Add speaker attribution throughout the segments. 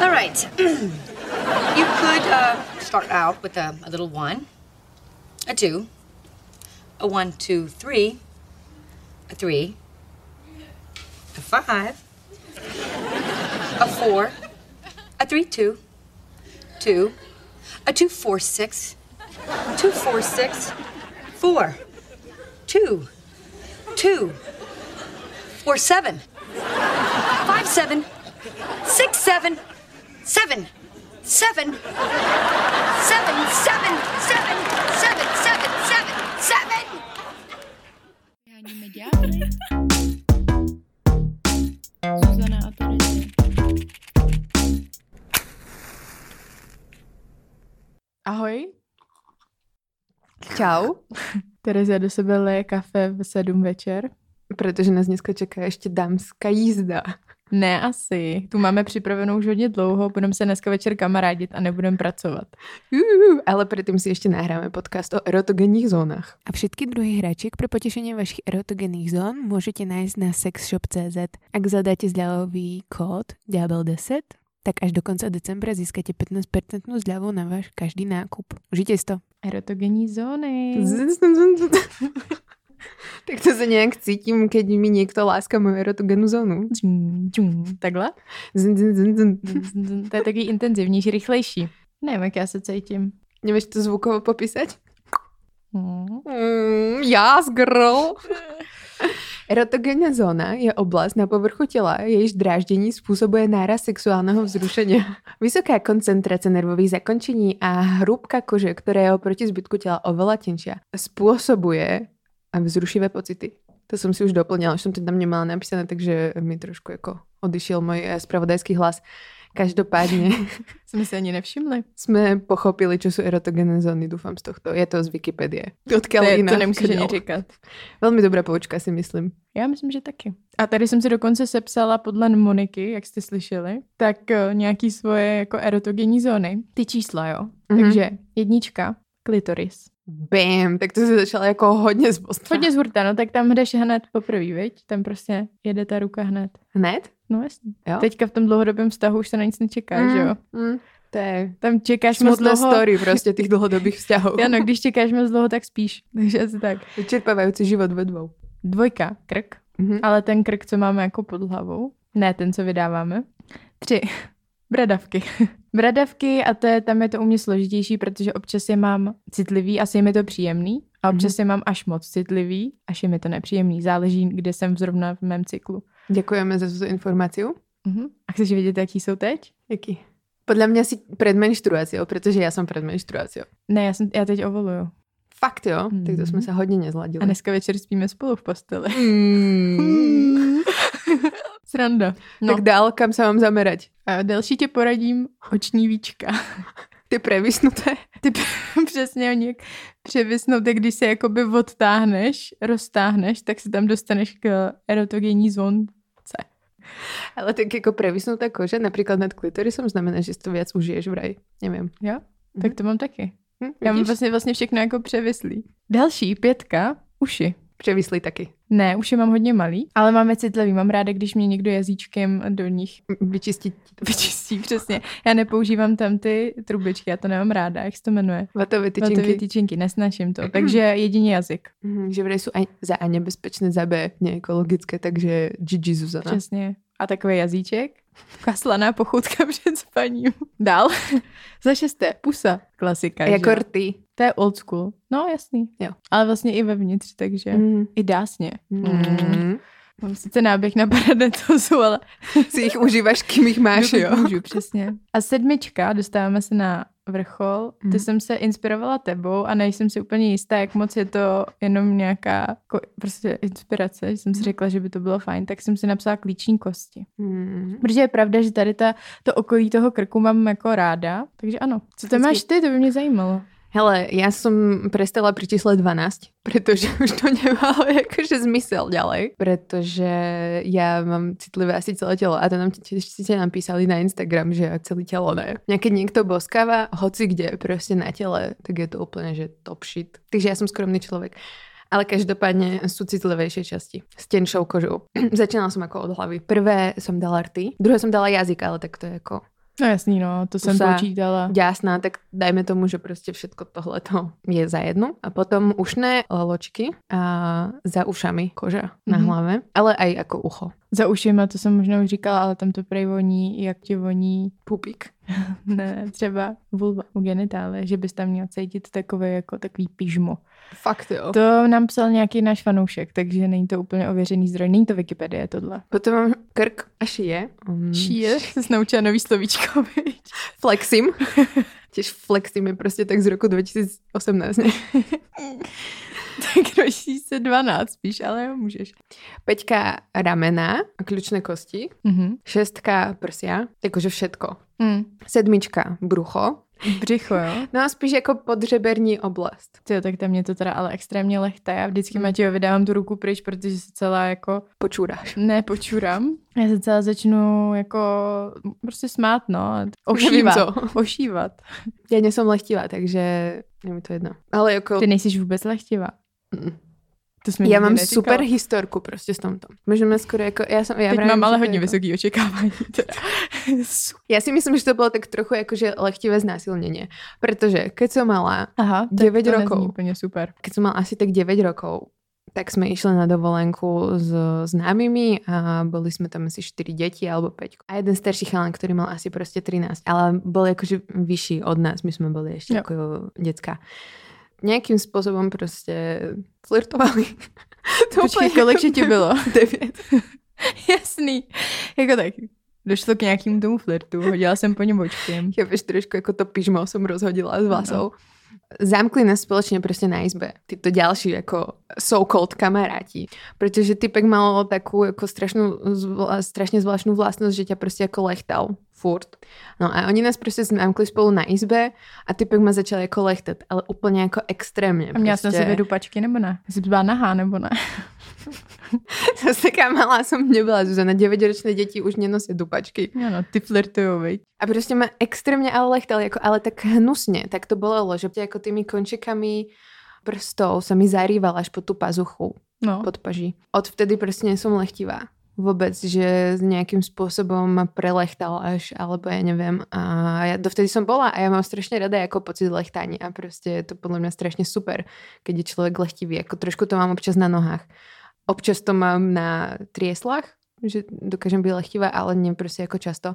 Speaker 1: All right. you could uh, start out with um, a, a little one, a two, a one, two, three, a three, a five, a four, a three, two, two, a two, four, six, two, four, six, four, two, two, four, seven, five, seven, six, seven, seven, seven, seven, seven, seven, seven, seven, seven, seven.
Speaker 2: Háníme ďábly. Zuzana a Terezi.
Speaker 3: Ahoj. Čau. Terezia do sebe leje kafe v sedm večer.
Speaker 4: Protože nás dneska čeká ještě dámská jízda.
Speaker 3: Ne asi. Tu máme připravenou už hodně dlouho, budeme se dneska večer kamarádit a nebudeme pracovat.
Speaker 4: Uuu, ale předtím si ještě nahráme podcast o erotogenních zónách.
Speaker 5: A všetky druhy hračiek pre potešenie vašich erotogenných zón môžete nájsť na sexshop.cz. Ak zadáte zľavový kód Diabel10, tak až do konca decembra získate 15% zľavu na váš každý nákup. Užite si to.
Speaker 3: Erotogenní zóny.
Speaker 4: tak to se nějak cítím, keď mi někdo láska moju erotogenu zónu.
Speaker 3: Džum, džum. Takhle?
Speaker 4: Zn, zn, zn, zn.
Speaker 3: To je takový intenzivnější, rychlejší. Nevím, jak já se cítím.
Speaker 4: Nevíš to zvukovo popísať?
Speaker 3: Hmm.
Speaker 4: Mm, yes, girl. Erotogenní zóna je oblast na povrchu těla, jejíž dráždění způsobuje náraz sexuálního vzrušení. Vysoká koncentrace nervových zakončení a hrubka kože, která je oproti zbytku těla oveľa tenší, způsobuje vzrušivé pocity. To jsem si už doplňala, už jsem to tam nemala napísané, takže mi trošku jako odišel můj eh, spravodajský hlas. Každopádně
Speaker 3: Jsme si ani nevšimli.
Speaker 4: jsme pochopili, čo jsou erotogenné zóny, doufám z tohto. Je to z Wikipedie. Odkiaľ
Speaker 3: To, je, to
Speaker 4: inak,
Speaker 3: nemusíš
Speaker 4: kde-
Speaker 3: ani říkat.
Speaker 4: Velmi dobrá poučka, si myslím.
Speaker 3: Já myslím, že taky. A tady jsem si dokonce sepsala podle Moniky, jak jste slyšeli, tak eh, nějaký svoje jako erotogenní zóny. Ty čísla, jo.
Speaker 4: Mhm.
Speaker 3: Mm-hmm. Takže jednička, klitoris.
Speaker 4: Bam, tak to si začala jako hodně z postra.
Speaker 3: Hodně zhurta, no tak tam jdeš hned poprvé, viď? Tam prostě jede ta ruka hned.
Speaker 4: Hned?
Speaker 3: No jasně.
Speaker 4: Jo.
Speaker 3: Teďka v tom dlouhodobém vztahu už se na nic nečeká, mm. že jo?
Speaker 4: Mm. To je
Speaker 3: Tam čekáš moc
Speaker 4: smutné
Speaker 3: dlouho.
Speaker 4: story prostě těch dlouhodobých vzťahů.
Speaker 3: Ano, když čekáš moc dlouho, tak spíš. Takže asi tak.
Speaker 4: Vyčerpávající život ve dvou.
Speaker 3: Dvojka, krk.
Speaker 4: Mhm.
Speaker 3: Ale ten krk, co máme jako pod hlavou. Ne ten, co vydáváme. Tři. Bradavky. Bradavky a to je, tam je to u mě složitější, protože občas je mám citlivý, asi je mi to příjemný. A občas je mám až moc citlivý, až je mi to nepříjemný. Záleží, kde jsem zrovna v mém cyklu.
Speaker 4: Děkujeme za tuto informaci.
Speaker 3: Mhm. A chceš vědět, jaký jsou teď?
Speaker 4: Jaký? Podle mě si před menstruací, protože já jsem před menstruací.
Speaker 3: Ne, já, jsem, já teď ovoluju.
Speaker 4: Fakt jo? Mm. Tak to jsme
Speaker 3: Mhm.
Speaker 4: se hodně
Speaker 3: A
Speaker 4: nezladili.
Speaker 3: dneska večer spíme spolu v posteli.
Speaker 4: Mm.
Speaker 3: Sranda. No.
Speaker 4: No. Tak dál, kam se mám zamerať?
Speaker 3: A další tě poradím oční víčka.
Speaker 4: Ty previsnuté?
Speaker 3: Ty přesně o něk převisnou, tak když se jakoby odtáhneš, roztáhneš, tak se tam dostaneš k erotogenní zónce.
Speaker 4: Ale tak jako previsnutá kože, například nad klitorisom, znamená, že si to víc užiješ v raj. Nevím.
Speaker 3: Jo?
Speaker 4: Mhm.
Speaker 3: Tak to mám taky.
Speaker 4: Hm,
Speaker 3: Já mám
Speaker 4: vidíš?
Speaker 3: vlastně, vlastně všechno jako převislý. Další, pětka, uši.
Speaker 4: Převislý taky.
Speaker 3: Ne, uši mám hodně malý, ale máme citlivý. Mám ráda, když mě někdo jazyčkem do nich
Speaker 4: Vyčistit
Speaker 3: vyčistí, přesně. Já nepoužívám tam ty trubičky, já to nemám ráda, jak se to jmenuje.
Speaker 4: vatové tyčinky.
Speaker 3: Tyčinky. tyčinky, nesnačím to. Takže jedině jazyk.
Speaker 4: Mhm, že vrej jsou aj za A nebezpečné, za B neekologické, takže GG Zuzana.
Speaker 3: Přesně. A takový jazyček. Taková slaná pochoutka před spaním. Dál. Za šesté, pusa. Klasika. že
Speaker 4: Jako
Speaker 3: jo?
Speaker 4: rty.
Speaker 3: To je old school. No, jasný.
Speaker 4: Jo.
Speaker 3: Ale vlastně i vevnitř, takže
Speaker 4: Mm.
Speaker 3: i dásně.
Speaker 4: Mm.
Speaker 3: Mám sice náběh na paradetozu, ale
Speaker 4: Si jich užíváš, kým jich máš,
Speaker 3: dokud
Speaker 4: jo?
Speaker 3: můžu, přesně. A sedmička, dostáváme se na vrchol. Ty
Speaker 4: Mhm.
Speaker 3: jsem se inspirovala tebou a nejsem si úplně jistá, jak moc je to jenom nějaká jako prostě inspirace, že jsem si řekla, že by to bylo fajn, tak jsem si napsala klíční kosti.
Speaker 4: Mm.
Speaker 3: Protože je pravda, že tady ta, to okolí toho krku mám jako ráda, takže ano. Co to
Speaker 4: Hezký.
Speaker 3: máš ty, to by mě zajímalo.
Speaker 4: Hele, já jsem prestala při čísle 12, protože už to nemalo jakože zmysel ďalej, protože já mám citlivé asi celé tělo a to nám tě- jste nám písali na Instagram, že já celé tělo ne. Nějaký někdo boskává hoci kde, prostě na těle, tak je to úplně, že top shit. Takže já jsem skromný člověk. Ale každopádně jsou citlivější časti s tenšou kožou. Začínala jsem jako od hlavy. Prvé jsem dala rty, druhé jsem dala jazyk, ale tak to je jako
Speaker 3: No jasný, no, to jsem
Speaker 4: Pusa.
Speaker 3: počítala.
Speaker 4: ďasná, tak dajme tomu, že prostě všetko tohleto je za jednu. A potom ušné ločky a za ušami koža na
Speaker 3: Mhm.
Speaker 4: hlave, ale aj jako ucho.
Speaker 3: Za ušima, to jsem možná už říkala, ale tam to prej voní, jak ti voní,
Speaker 4: Pupík.
Speaker 3: ne, třeba vulva u genitále, že bys tam měl cítit takové jako takový pyžmo.
Speaker 4: Fakt jo. To...
Speaker 3: To nám psal nějaký náš fanoušek, takže není to úplně ověřený zdroj, není to Wikipedie tohle.
Speaker 4: Potom mám krk a šije. Mm.
Speaker 3: Šíje, jsi se naučila nový slovíčko, viď?
Speaker 4: Flexím. Těž flexím je prostě tak z roku 2018. ne?
Speaker 3: tak ročí se 12 spíš, ale jo, můžeš.
Speaker 4: Peťka ramena a kľúčné kosti.
Speaker 3: Mhm.
Speaker 4: Šestka prsia, jakože všetko.
Speaker 3: Mm.
Speaker 4: Sedmička brucho.
Speaker 3: Břicho, jo?
Speaker 4: No a spíš jako podřeberní oblast.
Speaker 3: Tyjo, tak tam mě to teda ale extrémně lehta. Já
Speaker 4: Hmm.
Speaker 3: vždycky Matějo vydávám tu ruku pryč, protože se celá jako
Speaker 4: Počůráš.
Speaker 3: nepočurám. Já se celá začnu jako prostě smát, no. a Ošívat.
Speaker 4: co.
Speaker 3: Ošívat.
Speaker 4: Já nejsem lehtivá, takže je mi to jedno. Ale jako...
Speaker 3: Ty nejsi vůbec lehtivá.
Speaker 4: Mm.
Speaker 3: To jsme
Speaker 4: Já
Speaker 3: nikdy
Speaker 4: mám
Speaker 3: neříkala.
Speaker 4: super historku prostě s tomto. Můžeme skoro jako... Já, jsem, já
Speaker 3: Teď
Speaker 4: vravím,
Speaker 3: mám
Speaker 4: že
Speaker 3: ale
Speaker 4: to
Speaker 3: hodně
Speaker 4: jako,
Speaker 3: vysoký očekávání. Teda. Super.
Speaker 4: Já si myslím, že to bylo tak trochu jako, že lehtivé znásilnění. Protože keď jsem malá,
Speaker 3: Aha, tak
Speaker 4: Devět
Speaker 3: to
Speaker 4: rokov.
Speaker 3: nezní úplně super.
Speaker 4: keď som mal asi tak 9 rokov, tak sme išli na dovolenku s známymi a boli sme tam asi 4 deti alebo 5. A jeden starší chalan, ktorý mal asi proste 13, ale bol akože vyšší od nás, my sme boli ešte
Speaker 3: Jo.
Speaker 4: ako decka. Nejakým spôsobom proste flirtovali. to
Speaker 3: Počkej,
Speaker 4: úplne-
Speaker 3: kolik že ti bylo?
Speaker 4: Devět.
Speaker 3: Jasný. Jako tak, došlo k nějakému tomu flirtu, hodila jsem po něm bočkem.
Speaker 4: Chápeš, trošku jako to pyžmo som rozhodila s
Speaker 3: No.
Speaker 4: vlasou. Zamkli nás společně prostě na izbe. Tyto další jako so-called kamaráti. Protože typek mal takú jako strašnou, zvla, strašně zvláštnu vlastnost, že tě prostě jako lechtal furt. No a oni nás prostě zamkli spolu na izbe a typek ma začal jako lechtat, ale úplně jako extrémně.
Speaker 3: A měla jsem na
Speaker 4: prostě.
Speaker 3: sebe dupačky nebo ne? Jsi byla nahá nebo ne?
Speaker 4: Zase taká malá som nebyla, Zuzana. 9-ročné děti už nenosí dupačky.
Speaker 3: Jo no, ty flirtujou, viď?
Speaker 4: A prostě mě extrémně ale lechtal, jako, ale tak hnusně, tak to bolelo, že tě jako tými končekami prstou se mi zarýval až po tu pazuchu,
Speaker 3: No,
Speaker 4: pod paží. Od vtedy prostě nejsem lechtivá. Vůbec, že s nějakým způsobem ma prelechtal až, alebo já nevím. A já dovtedy jsem bola a já mám strašně rada jako pocit lechtání a prostě je to podle mě strašně super, keď je člověk lechtivý. Jako trošku to mám občas na nohách. Občas to mám na trieslách, že dokážem být lechtivá, ale ne prostě jako často.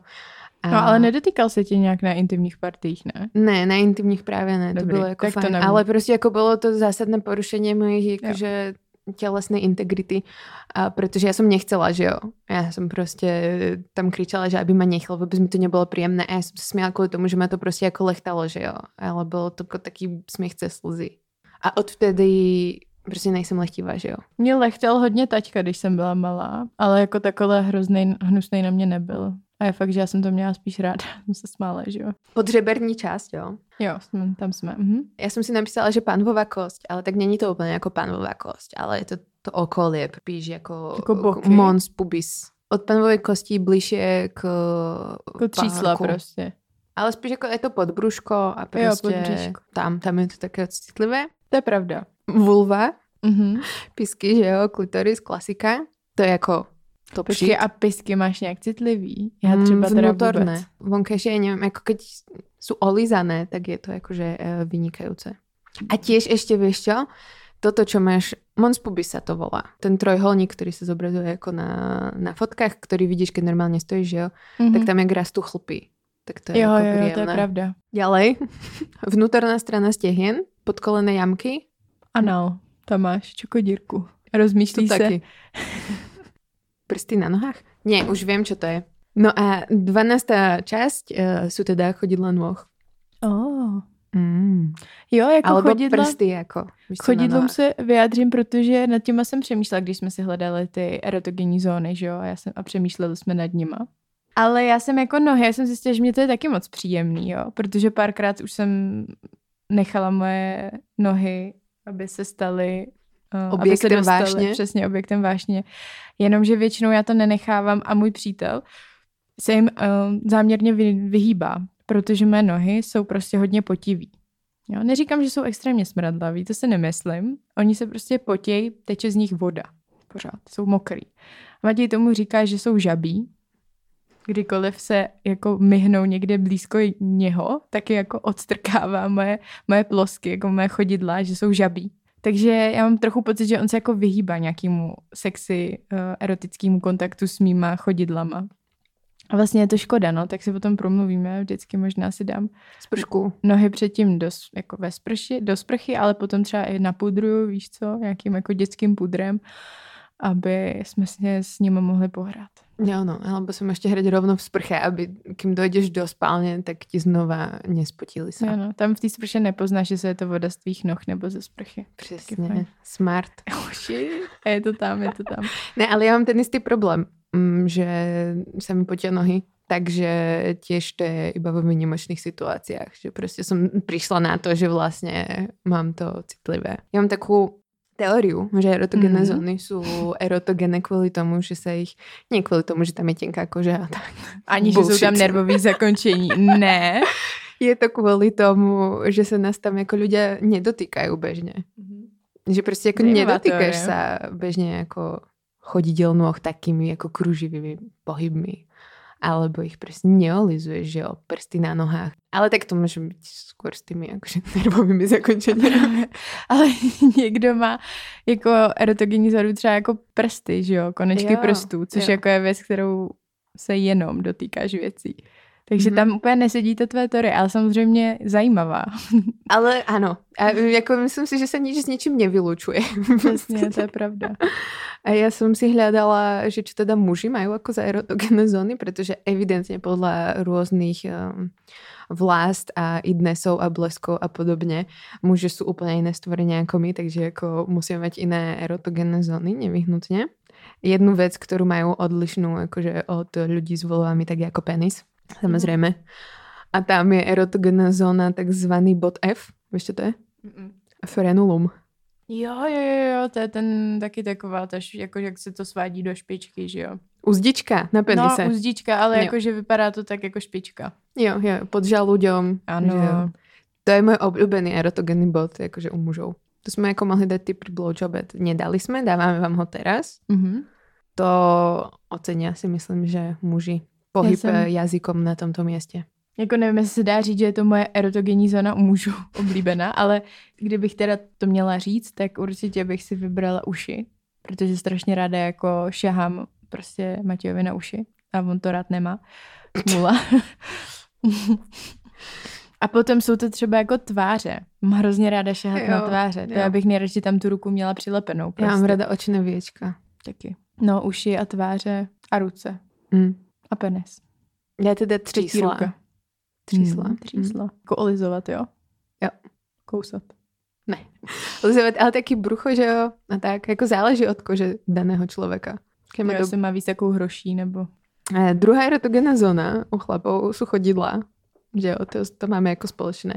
Speaker 4: A...
Speaker 3: no ale nedotýkal se tě nějak na intimních partích, ne?
Speaker 4: Ne, na intimních právě ne, Dobrý,
Speaker 3: Dobrý,
Speaker 4: to bylo jako
Speaker 3: tak to
Speaker 4: fajn,
Speaker 3: nevím.
Speaker 4: ale prostě jako bylo to zásadné porušení mojich jakože tělesné integrity, a protože já jsem nechcela, že jo. Já jsem prostě tam kričela, že aby mě nechal, vůbec mi to nebylo příjemné a já jsem se směla kvůli tomu, že mě to prostě jako lechtalo, že jo. Ale bylo to jako taký směch ze slzy. A od vtedy prostě nejsem lechtivá, že jo.
Speaker 3: Mě lechtěl hodně taťka, když jsem byla malá, ale jako takhle hrozný, hnusnej na mě nebyl. A je fakt, že já jsem to měla spíš ráda, jsem se smála, že jo.
Speaker 4: Podřeberní část, jo.
Speaker 3: Jo, jsme, tam jsme. Mhm.
Speaker 4: Já jsem si napísala, že panvová kost, ale tak není to úplně jako panvová kost, ale je to to okolí, píš jako,
Speaker 3: Jako boky.
Speaker 4: mons pubis. Od panvové kosti blíže k
Speaker 3: Jako třísla
Speaker 4: pánku.
Speaker 3: prostě.
Speaker 4: Ale spíš jako je to podbruško a
Speaker 3: Jo,
Speaker 4: prostě
Speaker 3: podbříško.
Speaker 4: tam, tam je to také citlivé.
Speaker 3: To je pravda.
Speaker 4: Vulva,
Speaker 3: Mhm.
Speaker 4: pisky, že jo, klitoris, klasika. To je jako to
Speaker 3: Počkej, a pisky máš nějak citlivý? Já
Speaker 4: Mm,
Speaker 3: třeba teda vůbec.
Speaker 4: Vonkajšie, ja neviem, ako jako keď sú olízané, tak je to akože e, vynikajúce. A tiež ešte vieš čo? Toto, čo máš, Mons pubis sa to volá. Ten trojholník, ktorý sa zobrazuje ako na, na fotkách, ktorý vidíš, keď normálne stojíš, že jo?
Speaker 3: Mhm.
Speaker 4: Tak tam jak rastú chlpy. Tak to je jako
Speaker 3: Jo,
Speaker 4: ako
Speaker 3: jo, jo, to je
Speaker 4: príjemné.
Speaker 3: pravda.
Speaker 4: Ďalej, vnútorná strana stehien, podkolené jamky.
Speaker 3: Anal, tam máš čokodírku. Rozmýšlí
Speaker 4: Tu
Speaker 3: se.
Speaker 4: taky. Prsty na nohách? Nie, už viem, čo to je. No a 12. časť e, sú teda chodidla nôh.
Speaker 3: Oh.
Speaker 4: Mm.
Speaker 3: Jo, jako
Speaker 4: Alebo
Speaker 3: chodidla.
Speaker 4: prsty, jako. víš, co na
Speaker 3: Chodidlům
Speaker 4: nohách.
Speaker 3: se vyjádřím, protože nad těma jsem přemýšlela, když jsme si hledali ty erotogenní zóny, že jo, a, já jsem, a přemýšleli jsme nad nima. Ale já jsem jako nohy, já jsem zjistila, že mě to je taky moc příjemný, jo, protože párkrát už jsem nechala moje nohy, aby se staly eh, aby se
Speaker 4: Objektem
Speaker 3: dostaly-
Speaker 4: vášně.
Speaker 3: Přesně, objektem vášně. Jenomže většinou já to nenechávám a můj přítel se jim um, záměrně vy, vyhýbá, protože mé nohy jsou prostě hodně potivý. Jo, neříkám, že jsou extrémně smradlaví, to se nemyslím. Oni se prostě potějí, teče z nich voda. Pořád, jsou mokrý. Matěj tomu říká, že jsou žabí, kdykoliv se jako myhnou někde blízko něho, tak je jako odstrkává moje, moje plosky, jako moje chodidla, že jsou žabí. Takže já mám trochu pocit, že on se jako vyhýbá nějakému sexy uh, erotickému kontaktu s mýma chodidlama. A vlastně je to škoda, no, tak si potom promluvíme, vždycky možná si dám
Speaker 4: Spršku.
Speaker 3: nohy předtím do, s- jako ve sprši, do sprchy, ale potom třeba i napudruju, víš co, nějakým jako dětským pudrem, aby jsme se s ním mohli pohrát.
Speaker 4: Jo, no, alebo som ešte hrať rovno v sprche, aby kým dojdeš do spálne, tak ti znova nespotili sa.
Speaker 3: Jo, no, tam v té sprše nepoznáš, jestli je to voda z tvých noh nebo ze sprchy.
Speaker 4: Přesně. Smart.
Speaker 3: Oši, a je to tam, je to tam.
Speaker 4: Ne, ale já mám ten istý problém, mm, že se mi potia nohy, takže tiež to je iba ve výnimočných situáciách, že prostě som prišla na to, že vlastne mám to citlivé. Já mám takú teóriu, že erotogené
Speaker 3: Mhm.
Speaker 4: mm-hmm. zóny sú erotogené kvôli tomu, že sa ich, nie kvôli tomu, že tam je tenká koža a tak.
Speaker 3: Ani, že jsou tam
Speaker 4: Bullshit.
Speaker 3: nervový zakončení. Ne.
Speaker 4: Je to kvôli tomu, že sa nás tam jako ľudia nedotýkajú bežne.
Speaker 3: Mhm.
Speaker 4: Že prostě jako
Speaker 3: Zajímavá
Speaker 4: nedotýkaš
Speaker 3: teorie.
Speaker 4: sa bežne jako chodidel nôh takými jako kruživými pohybmi. Alebo ich prostě neolizuješ, že jo, prsty na nohách. Ale tak to může být skôr s tými jakože nervovými zakončeními.
Speaker 3: Ale někdo má jako erotogenní zadu třeba jako prsty, že jo, konečky
Speaker 4: Jo,
Speaker 3: jo, prstů, což
Speaker 4: jo.
Speaker 3: jo. jako je věc, kterou se jenom dotýkáš věcí. Takže
Speaker 4: Mhm.
Speaker 3: mm-hmm. tam úplně nesedí to tvé teorie, ale samozřejmě zajímavá.
Speaker 4: Ale ano, a jako myslím si, že se nič s ničím nevylučuje. Prostě
Speaker 3: Přesně, to je pravda.
Speaker 4: A ja som si hľadala, že či teda muži majú ako za erotogené zóny, pretože evidentne podľa rôznych um, vlást a idnesov a bleskov a podobne, muži sú úplne iné stvorenia ako my, takže ako musia mať iné erotogené zóny nevyhnutne. Jednu vec, ktorú majú odlišnú akože od ľudí s volovami, tak je ako penis, samozrejme. A tam je erotogená zóna takzvaný bod F, vieš čo to je? Frenulum.
Speaker 3: Jo, jo, jo, jo, to je ten taky taková, ta, š- jako jak se to svádí do špičky, že jo.
Speaker 4: Uzdička na penise.
Speaker 3: No, uzdička, ale
Speaker 4: Jo.
Speaker 3: jakože vypadá to tak jako špička.
Speaker 4: Jo, jo, pod žalúďom. Že-
Speaker 3: Ano.
Speaker 4: To je môj obľúbený erotogenný bod, akože u mužov. To sme ako mohli dať typ pri blowjobe. Nedali sme, dávame vám ho teraz.
Speaker 3: Mhm.
Speaker 4: To ocenia si myslím, že muži. Pohyb
Speaker 3: Ja som-
Speaker 4: eh, jazykom na tomto mieste.
Speaker 3: Jako nevím, jestli se dá říct, že je to moje erotogenní zóna u mužů oblíbená, ale kdybych teda to měla říct, tak určitě bych si vybrala uši, protože strašně ráda jako šahám prostě Matějovi na uši a on to rád nemá. Smula. a potom jsou to třeba jako tváře. Mám hrozně ráda šahat jo, na
Speaker 4: Jo,
Speaker 3: tváře. To
Speaker 4: jo.
Speaker 3: jo. já bych nejradši tam tu ruku měla přilepenou. Prostě.
Speaker 4: Ja mám rada očné viečka.
Speaker 3: Taky. No, uši a tváře a ruce
Speaker 4: Mm.
Speaker 3: a penis.
Speaker 4: Ja teda
Speaker 3: Třetí
Speaker 4: třísla.
Speaker 3: ruka.
Speaker 4: Třísla.
Speaker 3: Hmm, třísla. Jako olizovat, jo?
Speaker 4: Jo.
Speaker 3: Kousat.
Speaker 4: Lizovat, ale taky brucho, že jo? A tak, jako záleží od kože daného človeka. Keď má
Speaker 3: Jo,
Speaker 4: dob-
Speaker 3: jestli má víc takovou hroší, nebo...
Speaker 4: Eh, Druhá erotogená zóna u chlapov sú chodidlá. Že jo, to, to máme jako společné.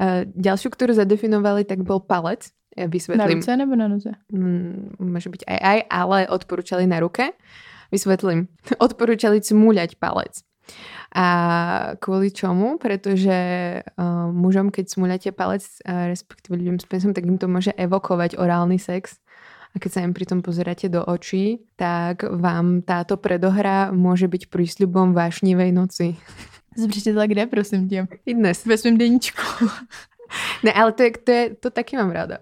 Speaker 4: Eh, Ďalšiu, ktorú zadefinovali, tak bol palec. Ja
Speaker 3: Na
Speaker 4: vysvetlím.
Speaker 3: ruce nebo na noze?
Speaker 4: Mm, Môže byť aj aj, ale odporúčali na ruke. Vysvetlím. Odporúčali cmúľať palec. A kvôli čomu? Pretože uh, mužom, keď smuľate palec, uh, respektíve ľuďom s penisom, tak im to môže evokovať orálny sex. A keď sa im pritom pozeráte do očí, tak vám táto predohra môže byť prísľubom vášnivej noci.
Speaker 3: Jsi přečetla kde, prosím tě?
Speaker 4: Dnes.
Speaker 3: Ve svém deníčku.
Speaker 4: Ne, ale to, je, to, je, to taky mám ráda.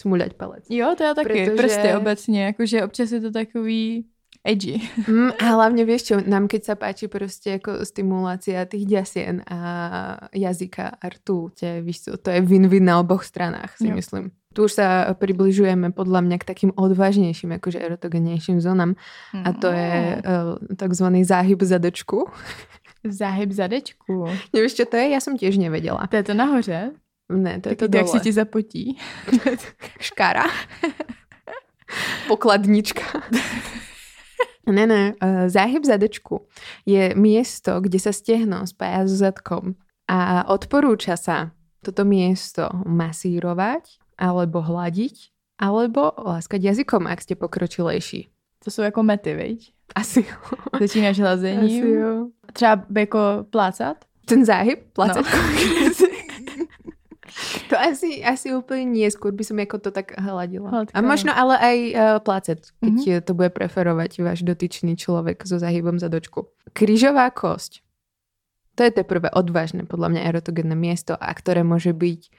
Speaker 4: Smuľať palec.
Speaker 3: Jo, to já taky.
Speaker 4: Protože-
Speaker 3: Protože... Prsty obecně, jakože občas je to takový edgy.
Speaker 4: Mm, a hlavne vieš čo, nám keď sa páči proste ako stimulácia tých ďasien a jazyka a rtúte, víš čo, to je win-win na oboch stranách, si
Speaker 3: Jo.
Speaker 4: myslím. Tu už sa približujeme podľa mňa k takým odvážnejším, akože erotogenejším zónam a to je uh,
Speaker 3: No.
Speaker 4: takzvaný záhyb zadečku.
Speaker 3: Hmm. Záhyb zadečku.
Speaker 4: Nevieš čo to je? Ja som tiež nevedela.
Speaker 3: To je to nahoře.
Speaker 4: Ne, to je
Speaker 3: Taky
Speaker 4: to
Speaker 3: to, jak
Speaker 4: dole.
Speaker 3: se ti zapotí.
Speaker 4: Škára. Pokladnička. Ne, ne, eh, záhyb zadečku je miesto, kde sa stehno spája so zadkom a odporúča sa toto miesto masírovať alebo hladiť alebo láskať jazykom, ak ste pokročilejší.
Speaker 3: To jsou jako mety, viď?
Speaker 4: Asi,
Speaker 3: Začínáš
Speaker 4: asi
Speaker 3: hlazením.
Speaker 4: jo.
Speaker 3: Třeba jako plácat.
Speaker 4: Ten záhyb,
Speaker 3: No.
Speaker 4: placet. to Jako asi, asi úplně nie, skôr by som jako to tak hladila.
Speaker 3: Hladká.
Speaker 4: A možno ale aj uh, plácet, keď
Speaker 3: no. Mhm.
Speaker 4: mm-hmm. to bude preferovať váš dotyčný človek so zahybom zadočku. Krížová kosť. To je teprve odvážne, podľa mňa, erotogénne miesto, a ktoré môže byť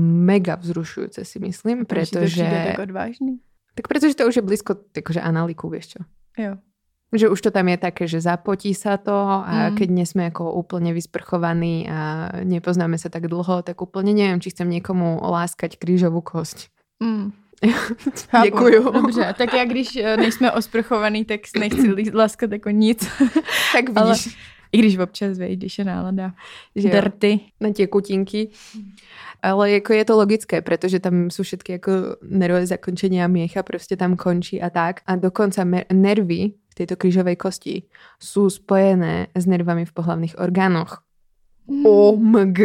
Speaker 4: mega vzrušujúce, si myslím,
Speaker 3: Protože to přijde
Speaker 4: pretože...
Speaker 3: tak odvážný.
Speaker 4: Tak pretože to už je blízko akože analiku, vieš čo.
Speaker 3: Jo.
Speaker 4: Že už to tam je také, že zapotí sa to a
Speaker 3: Mm.
Speaker 4: mm. keď nie sme ako úplne vysprchovaní a nepoznáme sa tak dlho, tak úplne neviem, či chcem niekomu láskať krížovú kosť.
Speaker 3: Mm. Chápu.
Speaker 4: Děkuju.
Speaker 3: Dobře, tak já když eh, nejsme osprchovaný, tak nechci lí- laskat jako nic.
Speaker 4: Tak
Speaker 3: Ale-
Speaker 4: vidíš,
Speaker 3: I když občas, vej, když je nálada.
Speaker 4: že jo,
Speaker 3: Drty.
Speaker 4: na tie kutinky. Ale jako je to logické, protože tam jsou všetky jako nervové zakončení a měcha prostě tam končí a tak. A dokonce mer- nervy v této krížové kosti jsou spojené s nervami v pohlavných orgánoch. Mm. Oh OMG.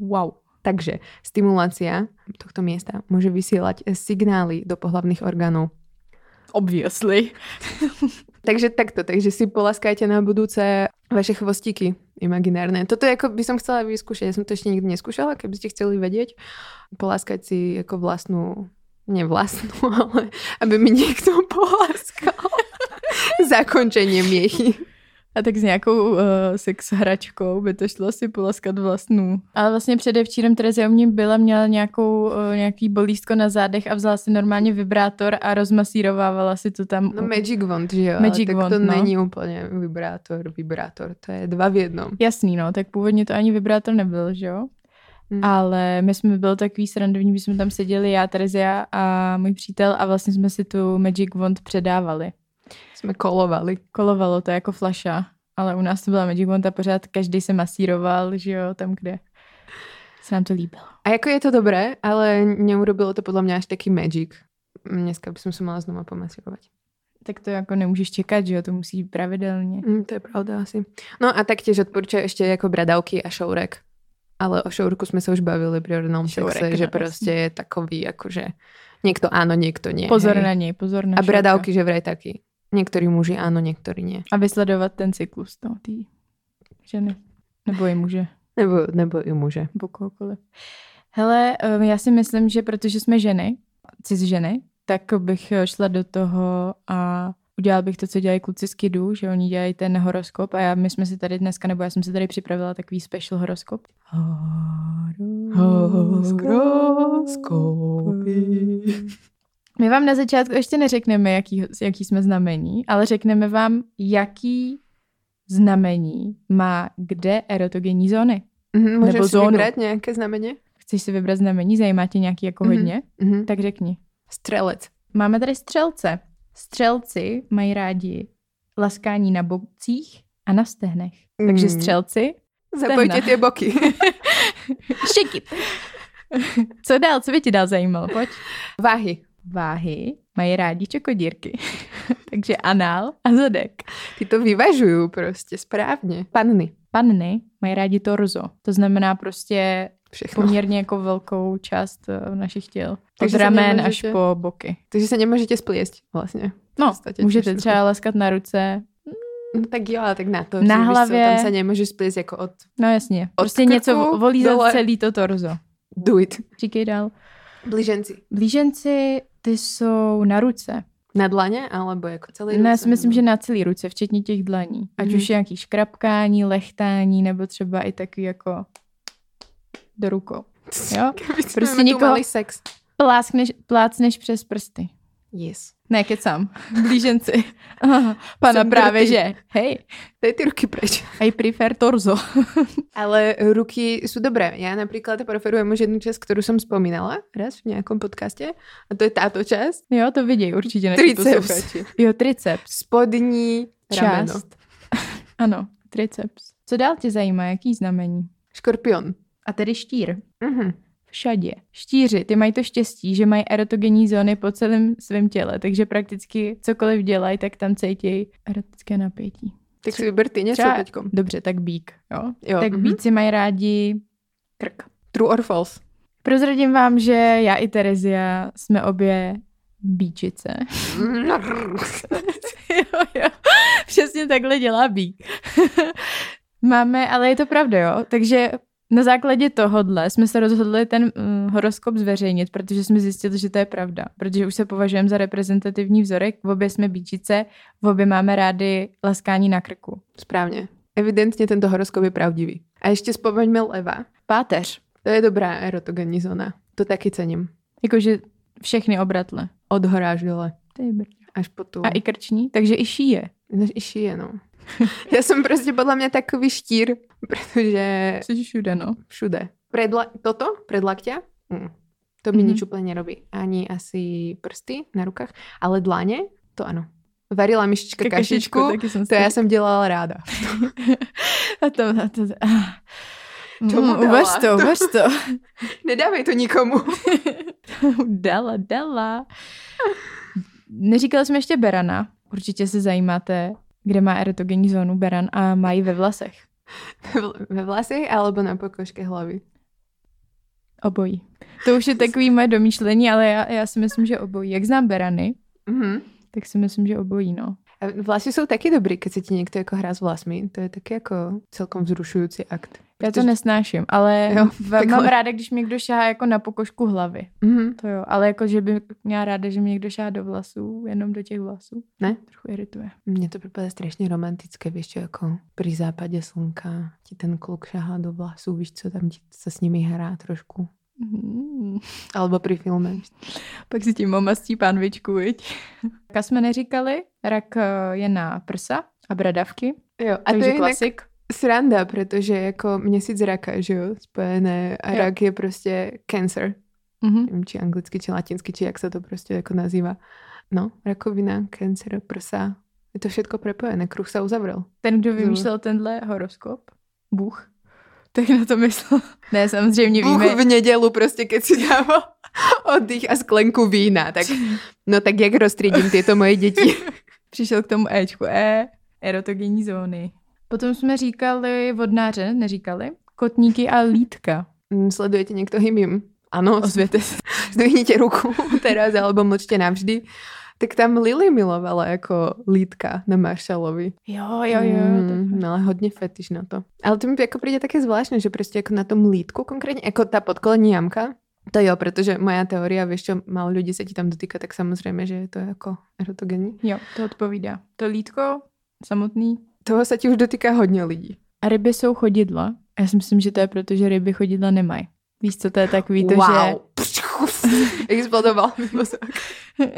Speaker 3: Wow.
Speaker 4: Takže stimulácia tohto miesta môže vysielať signály do pohlavných orgánov.
Speaker 3: Obviously.
Speaker 4: Takže takto, takže si polaskajte na budúce vaše chvostíky imaginárne. Toto je ako by som chcela vyskúšať, ja som to ešte nikdy neskúšala, keby ste chceli vedieť. Polaskať si jako ako vlastnú, nie vlastnú, ale aby mi niekto polaskal. Zakončenie miechy.
Speaker 3: A tak s nějakou uh, sex hračkou by to šlo si polaskat vlastnů. Ale vlastně předevčírem Terezia u mě byla, měla nějakou, uh, nějaký bolístko na zádech a vzala si normálně vibrátor a rozmasírovávala si to tam.
Speaker 4: No Magic Wand, že jo?
Speaker 3: Magic
Speaker 4: ale tak to
Speaker 3: wand, no.
Speaker 4: není úplne vibrátor, vibrátor. To je dva v jednom.
Speaker 3: Jasný, no, tak původně to ani vibrátor nebyl, že jo?
Speaker 4: Mm.
Speaker 3: Ale my jsme byli takový srandovní, my jsme tam seděli, já, Terezia a můj přítel a vlastně jsme si tu Magic Wand předávali.
Speaker 4: Sme kolovali.
Speaker 3: Kolovalo to jako flaša, ale u nás to byla Magic Wand a pořád každý se masíroval, že jo, tam kde se nám to líbilo.
Speaker 4: A jako je to dobré, ale neurobilo to podle mě až taký magic. Dneska by som sa mala znova pomasírovať.
Speaker 3: Tak to jako nemůžeš čekat, že jo, to musí být pravidelně.
Speaker 4: Mm, to je pravda asi. No a taktiež odporúča ešte ako bradavky a šourek. Ale o šourku sme sa už bavili pri ornom
Speaker 3: Šourek,
Speaker 4: sexe, že
Speaker 3: no,
Speaker 4: proste je takový akože niekto áno, niekto nie.
Speaker 3: Pozor
Speaker 4: hej.
Speaker 3: na něj, pozor na
Speaker 4: Hmm. A
Speaker 3: šoka.
Speaker 4: bradavky, že vraj taký. Niektorí muži áno, niektorí nie.
Speaker 3: A vysledovat ten cyklus, no, tý ženy. Nebo i muže.
Speaker 4: Nebo, nebo i muže.
Speaker 3: nebo kohokoliv. Hele, eh, já si myslím, že protože jsme ženy, cis ženy, tak bych eh, šla do toho a udělala bych to, co dělají kluci z kidu, že oni dělají ten horoskop a já, my jsme si tady dneska, nebo já jsem si tady připravila takový special horoskop. My vám na začátku ještě neřekneme, jaký, jaký jsme znamení, ale řekneme vám, jaký znamení má kde erotogenní zóny.
Speaker 4: Mhm,
Speaker 3: Nebo
Speaker 4: Môžeš si
Speaker 3: zónu.
Speaker 4: vybrať nejaké znamenie?
Speaker 3: Chceš si vybrat znamení, zajímá tě nějaký jako
Speaker 4: Mhm.
Speaker 3: hodně?
Speaker 4: Mhm.
Speaker 3: Tak řekni.
Speaker 4: Strelec.
Speaker 3: Máme tady střelce. Střelci mají rádi laskání na bocích a na stehnech. Takže
Speaker 4: Mm.
Speaker 3: střelci.
Speaker 4: Zapojte
Speaker 3: Stehna.
Speaker 4: tie boky.
Speaker 3: Shake it. Co dál? Co by ti dál zajímalo? Pojď.
Speaker 4: Váhy.
Speaker 3: Váhy mají rádi čokodírky. Takže anál a zadek.
Speaker 4: Ty to vyvažujú prostě správně. Panny.
Speaker 3: Panny mají rádi torzo. To znamená prostě
Speaker 4: Všechno.
Speaker 3: poměrně jako velkou část eh, našich těl. Od
Speaker 4: Takže se
Speaker 3: ramen až
Speaker 4: nemůžete-
Speaker 3: po boky.
Speaker 4: Takže se nemůžete spliesť vlastně.
Speaker 3: No,
Speaker 4: podstatě
Speaker 3: můžete
Speaker 4: všechno.
Speaker 3: třeba leskat na ruce.
Speaker 4: No tak jo, ale tak na
Speaker 3: Na
Speaker 4: to. že víš co,
Speaker 3: hlavě.
Speaker 4: Tam se nemůžeš spliesť jako od
Speaker 3: No jasně. Prostě
Speaker 4: krku
Speaker 3: něco volí za
Speaker 4: dole.
Speaker 3: celý to torzo.
Speaker 4: do it.
Speaker 3: Říkej dál.
Speaker 4: Blíženci.
Speaker 3: Blíženci, ty jsou na ruce.
Speaker 4: Na dlaně, alebo jako celý
Speaker 3: Ne, já
Speaker 4: ruce,
Speaker 3: si myslím,
Speaker 4: nebo-
Speaker 3: že na celý ruce, včetně těch dlaní. Ať
Speaker 4: Mhm.
Speaker 3: už je nějaký škrapkání, lechtání, nebo třeba i takový jako do rukou. Jo?
Speaker 4: Keby jsme
Speaker 3: prostě
Speaker 4: tu
Speaker 3: někoho-
Speaker 4: mali sex.
Speaker 3: Pláskneš, plácneš přes prsty.
Speaker 4: Yes.
Speaker 3: Ne, kecám. Blíženci. Aha, Pana
Speaker 4: Jsem
Speaker 3: právě,
Speaker 4: drtý.
Speaker 3: že. Hej,
Speaker 4: Dej ty ruky preč.
Speaker 3: I prefer torzo.
Speaker 4: Ale ruky sú dobré. Ja napríklad preferujem už jednu časť, ktorú som spomínala raz v nejakom podcaste. A to je táto časť.
Speaker 3: Jo, to viděj určitě naši
Speaker 4: Triceps.
Speaker 3: posluchači. Jo, triceps.
Speaker 4: Spodní rameno.
Speaker 3: Část. Ano, triceps. Co dál tě zajímá? Jaký znamení?
Speaker 4: Škorpion.
Speaker 3: A tedy štír.
Speaker 4: Mhm.
Speaker 3: všadě. Štíři, ty mají to štěstí, že mají erotogenní zóny po celém svém těle, takže prakticky cokoliv dělají, tak tam cítějí erotické napětí.
Speaker 4: Tak si vyber ty něco
Speaker 3: Třeba-
Speaker 4: teďkom.
Speaker 3: Dobře, tak bík. Jo?
Speaker 4: Jo,
Speaker 3: tak
Speaker 4: mhm.
Speaker 3: bíci mají rádi krk.
Speaker 4: True or false?
Speaker 3: Prozradím vám, že já i Terezia jsme obě bíčice. jo, jo. Přesně takhle dělá bík. Máme, ale je to pravda, jo. Takže Na základě tohodle jsme se rozhodli ten mm, horoskop zveřejnit, protože jsme zjistili, že to je pravda. Protože už se považujeme za reprezentativní vzorek, v obě jsme bíčice, v obě máme rádi laskání na krku.
Speaker 4: Správně. Evidentně tento horoskop je pravdivý. A ještě vzpomeňme leva.
Speaker 3: Páteř.
Speaker 4: To je dobrá erotogenní zóna. To taky cením.
Speaker 3: Jakože všechny obratle.
Speaker 4: Od hora až dole.
Speaker 3: To je brdě.
Speaker 4: Až po tu.
Speaker 3: A i krční, takže i šíje.
Speaker 4: Než i šije, no. Já jsem prostě podle mě takový štír, protože
Speaker 3: Jsi všude, no.
Speaker 4: všude. Predla... Toto? Predlaktia? Mm. To mi
Speaker 3: Mhm.
Speaker 4: nič úplne nerobí. Ani asi prsty na rukách, ale dláne? To ano. Varila myšička kašičku,
Speaker 3: taky jsem
Speaker 4: to já jsem dělala ráda.
Speaker 3: A to, a to, a...
Speaker 4: To mu
Speaker 3: Mm,
Speaker 4: dala.
Speaker 3: uvaž to, uvaž to.
Speaker 4: Nedávej to nikomu.
Speaker 3: dala, dala. Neříkali jsme ještě berana. Určitě se zajímáte, kde má erotogenní zónu beran a mají ve vlasech.
Speaker 4: Ve vlasech alebo na pokožke hlavy.
Speaker 3: Obojí. To už je takový moje domýšlení, ale já, já si myslím, že obojí. Jak znám berany,
Speaker 4: Mhm.
Speaker 3: tak si myslím, že obojí, no.
Speaker 4: A vlasy jsou taky dobrý, keď se ti někdo jako hrá s vlasmi. To je taky jako celkom vzrušující akt.
Speaker 3: Já to nesnáším, ale
Speaker 4: Jo,
Speaker 3: jo, mám
Speaker 4: takhle.
Speaker 3: ráda, když mi někdo šahá jako na pokožku hlavy.
Speaker 4: Mhm.
Speaker 3: To jo, ale jako, že by měla ráda, že mi někdo šahá do vlasů, jenom do těch vlasů.
Speaker 4: Ne?
Speaker 3: Trochu irituje.
Speaker 4: Mně to připadá strašně romantické, víš čo, jako pri západě slunka ti ten kluk šahá do vlasů, víš co, tam ti se s nimi hrá trošku.
Speaker 3: Mm.
Speaker 4: Alebo pri filme.
Speaker 3: Pak si tím mama stí pánvičku, viď? Raka jsme neříkali, rak eh, je na prsa a bradavky,
Speaker 4: Jo, a
Speaker 3: a
Speaker 4: to
Speaker 3: takže
Speaker 4: je klasik.
Speaker 3: klasik.
Speaker 4: sranda, protože jako měsíc raka, že jo, spojené a
Speaker 3: Jo.
Speaker 4: rak je prostě cancer,
Speaker 3: Mhm.
Speaker 4: nevím, či anglicky, či latinsky, či jak se to prostě jako nazývá. No, rakovina, cancer, prsa, je to všetko prepojené, kruh se uzavřel.
Speaker 3: Ten, kdo vymýšlel tenhle horoskop, Bůh, tak na to myslel. Ne, samozřejmě
Speaker 4: Bůh
Speaker 3: víme.
Speaker 4: v nedělu prostě, keď si dával oddych a sklenku vína, tak no tak jak rozstřídím tyto moje děti?
Speaker 3: Přišel k tomu Ečku, E, erotogenní zóny. Potom jsme říkali vodnáře, neříkali? Kotníky a lítka.
Speaker 4: Mm, Sledujete někdo hymim? Ano,
Speaker 3: Ozvěte se.
Speaker 4: zdvihněte ruku teraz, alebo mlčte navždy. Tak tam Lily milovala jako lítka na Marshallovi.
Speaker 3: Jo, jo, jo. Mm.
Speaker 4: no, ale hodně fetiš na to. Ale to mi jako přijde také zvláštní, že prostě jako na tom lítku konkrétně, jako ta podkolení jamka, to jo, protože moja teorie, víš čo, málo lidí se ti tam dotýká, tak samozřejmě, že je to jako erotogenní.
Speaker 3: Jo, to odpovídá. To lítko samotný
Speaker 4: Toho se ti už dotýká hodně lidí.
Speaker 3: A ryby jsou chodidla. Já si myslím, že to je proto, že ryby chodidla nemají. Víš, co to je takový to, že...
Speaker 4: Explodoval mozek.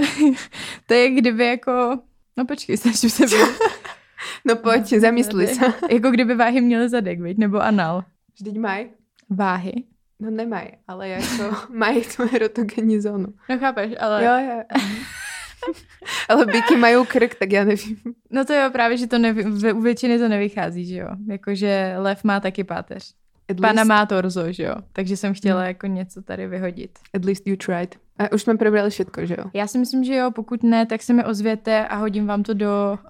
Speaker 3: to je kdyby jako... No počkej, snažím se být.
Speaker 4: No pojď, zamysli se.
Speaker 3: jako kdyby váhy měly zadek, viď? nebo anal.
Speaker 4: Vždyť maj?
Speaker 3: Váhy.
Speaker 4: No nemaj, ale jako mají tu erotogenní zónu.
Speaker 3: No chápeš, ale...
Speaker 4: Jo, jo. ale byky mají krk, tak já nevím.
Speaker 3: No to je právě, že to nevy... ve- u většiny to nevychází, že jo. Jakože lev má taky páteř.
Speaker 4: At
Speaker 3: Pana
Speaker 4: least-
Speaker 3: má torzo, že jo. Takže jsem chtěla
Speaker 4: Hmm.
Speaker 3: jako něco tady vyhodit.
Speaker 4: At least you tried. A už jsme probrali všetko, že jo?
Speaker 3: Já si myslím, že jo, pokud ne, tak se mi ozvěte a hodím vám to do...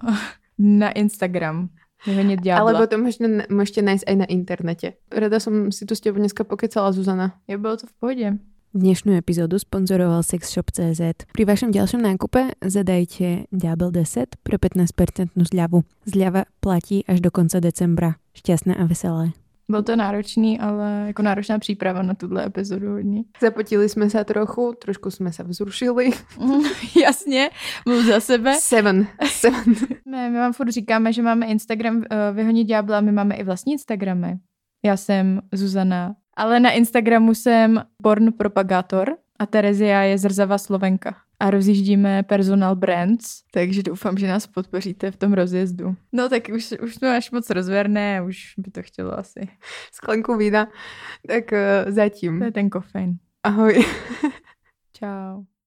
Speaker 3: na Instagram. Vyhonit ďábla.
Speaker 4: Alebo to možno, můžete najít aj na internete. Rada som si tu s tebou dneska pokecala, Zuzana.
Speaker 3: Jo, bylo to v pohodě.
Speaker 5: Dnešnú epizódu sponzoroval sexshop.cz. Pri vašom ďalšom nákupe zadajte Ďábel 10 pre 15% zľavu. Zľava platí až do konca decembra. Šťastné a veselé.
Speaker 3: Byl to náročný, ale jako náročná příprava na tuhle epizodu hodně.
Speaker 4: Zapotili jsme se trochu, trošku jsme se vzrušili.
Speaker 3: Mm, Jasně, mluv za sebe.
Speaker 4: Seven. Seven.
Speaker 3: My, my vám furt říkáme, že máme Instagram eh, Vyhonit ďábla, my máme i vlastní Instagramy. Já jsem Zuzana, ale na Instagramu jsem Born Propagátor a Terezia je zrzava Slovenka. A rozjíždíme personal brands, takže doufám, že nás podpoříte v tom rozjezdu. No tak už, už jsme až moc rozverné, už by to chtělo asi.
Speaker 4: Sklenku vína. Tak uh,
Speaker 3: To
Speaker 4: zatím.
Speaker 3: je ten kofein.
Speaker 4: Ahoj.
Speaker 3: Čau.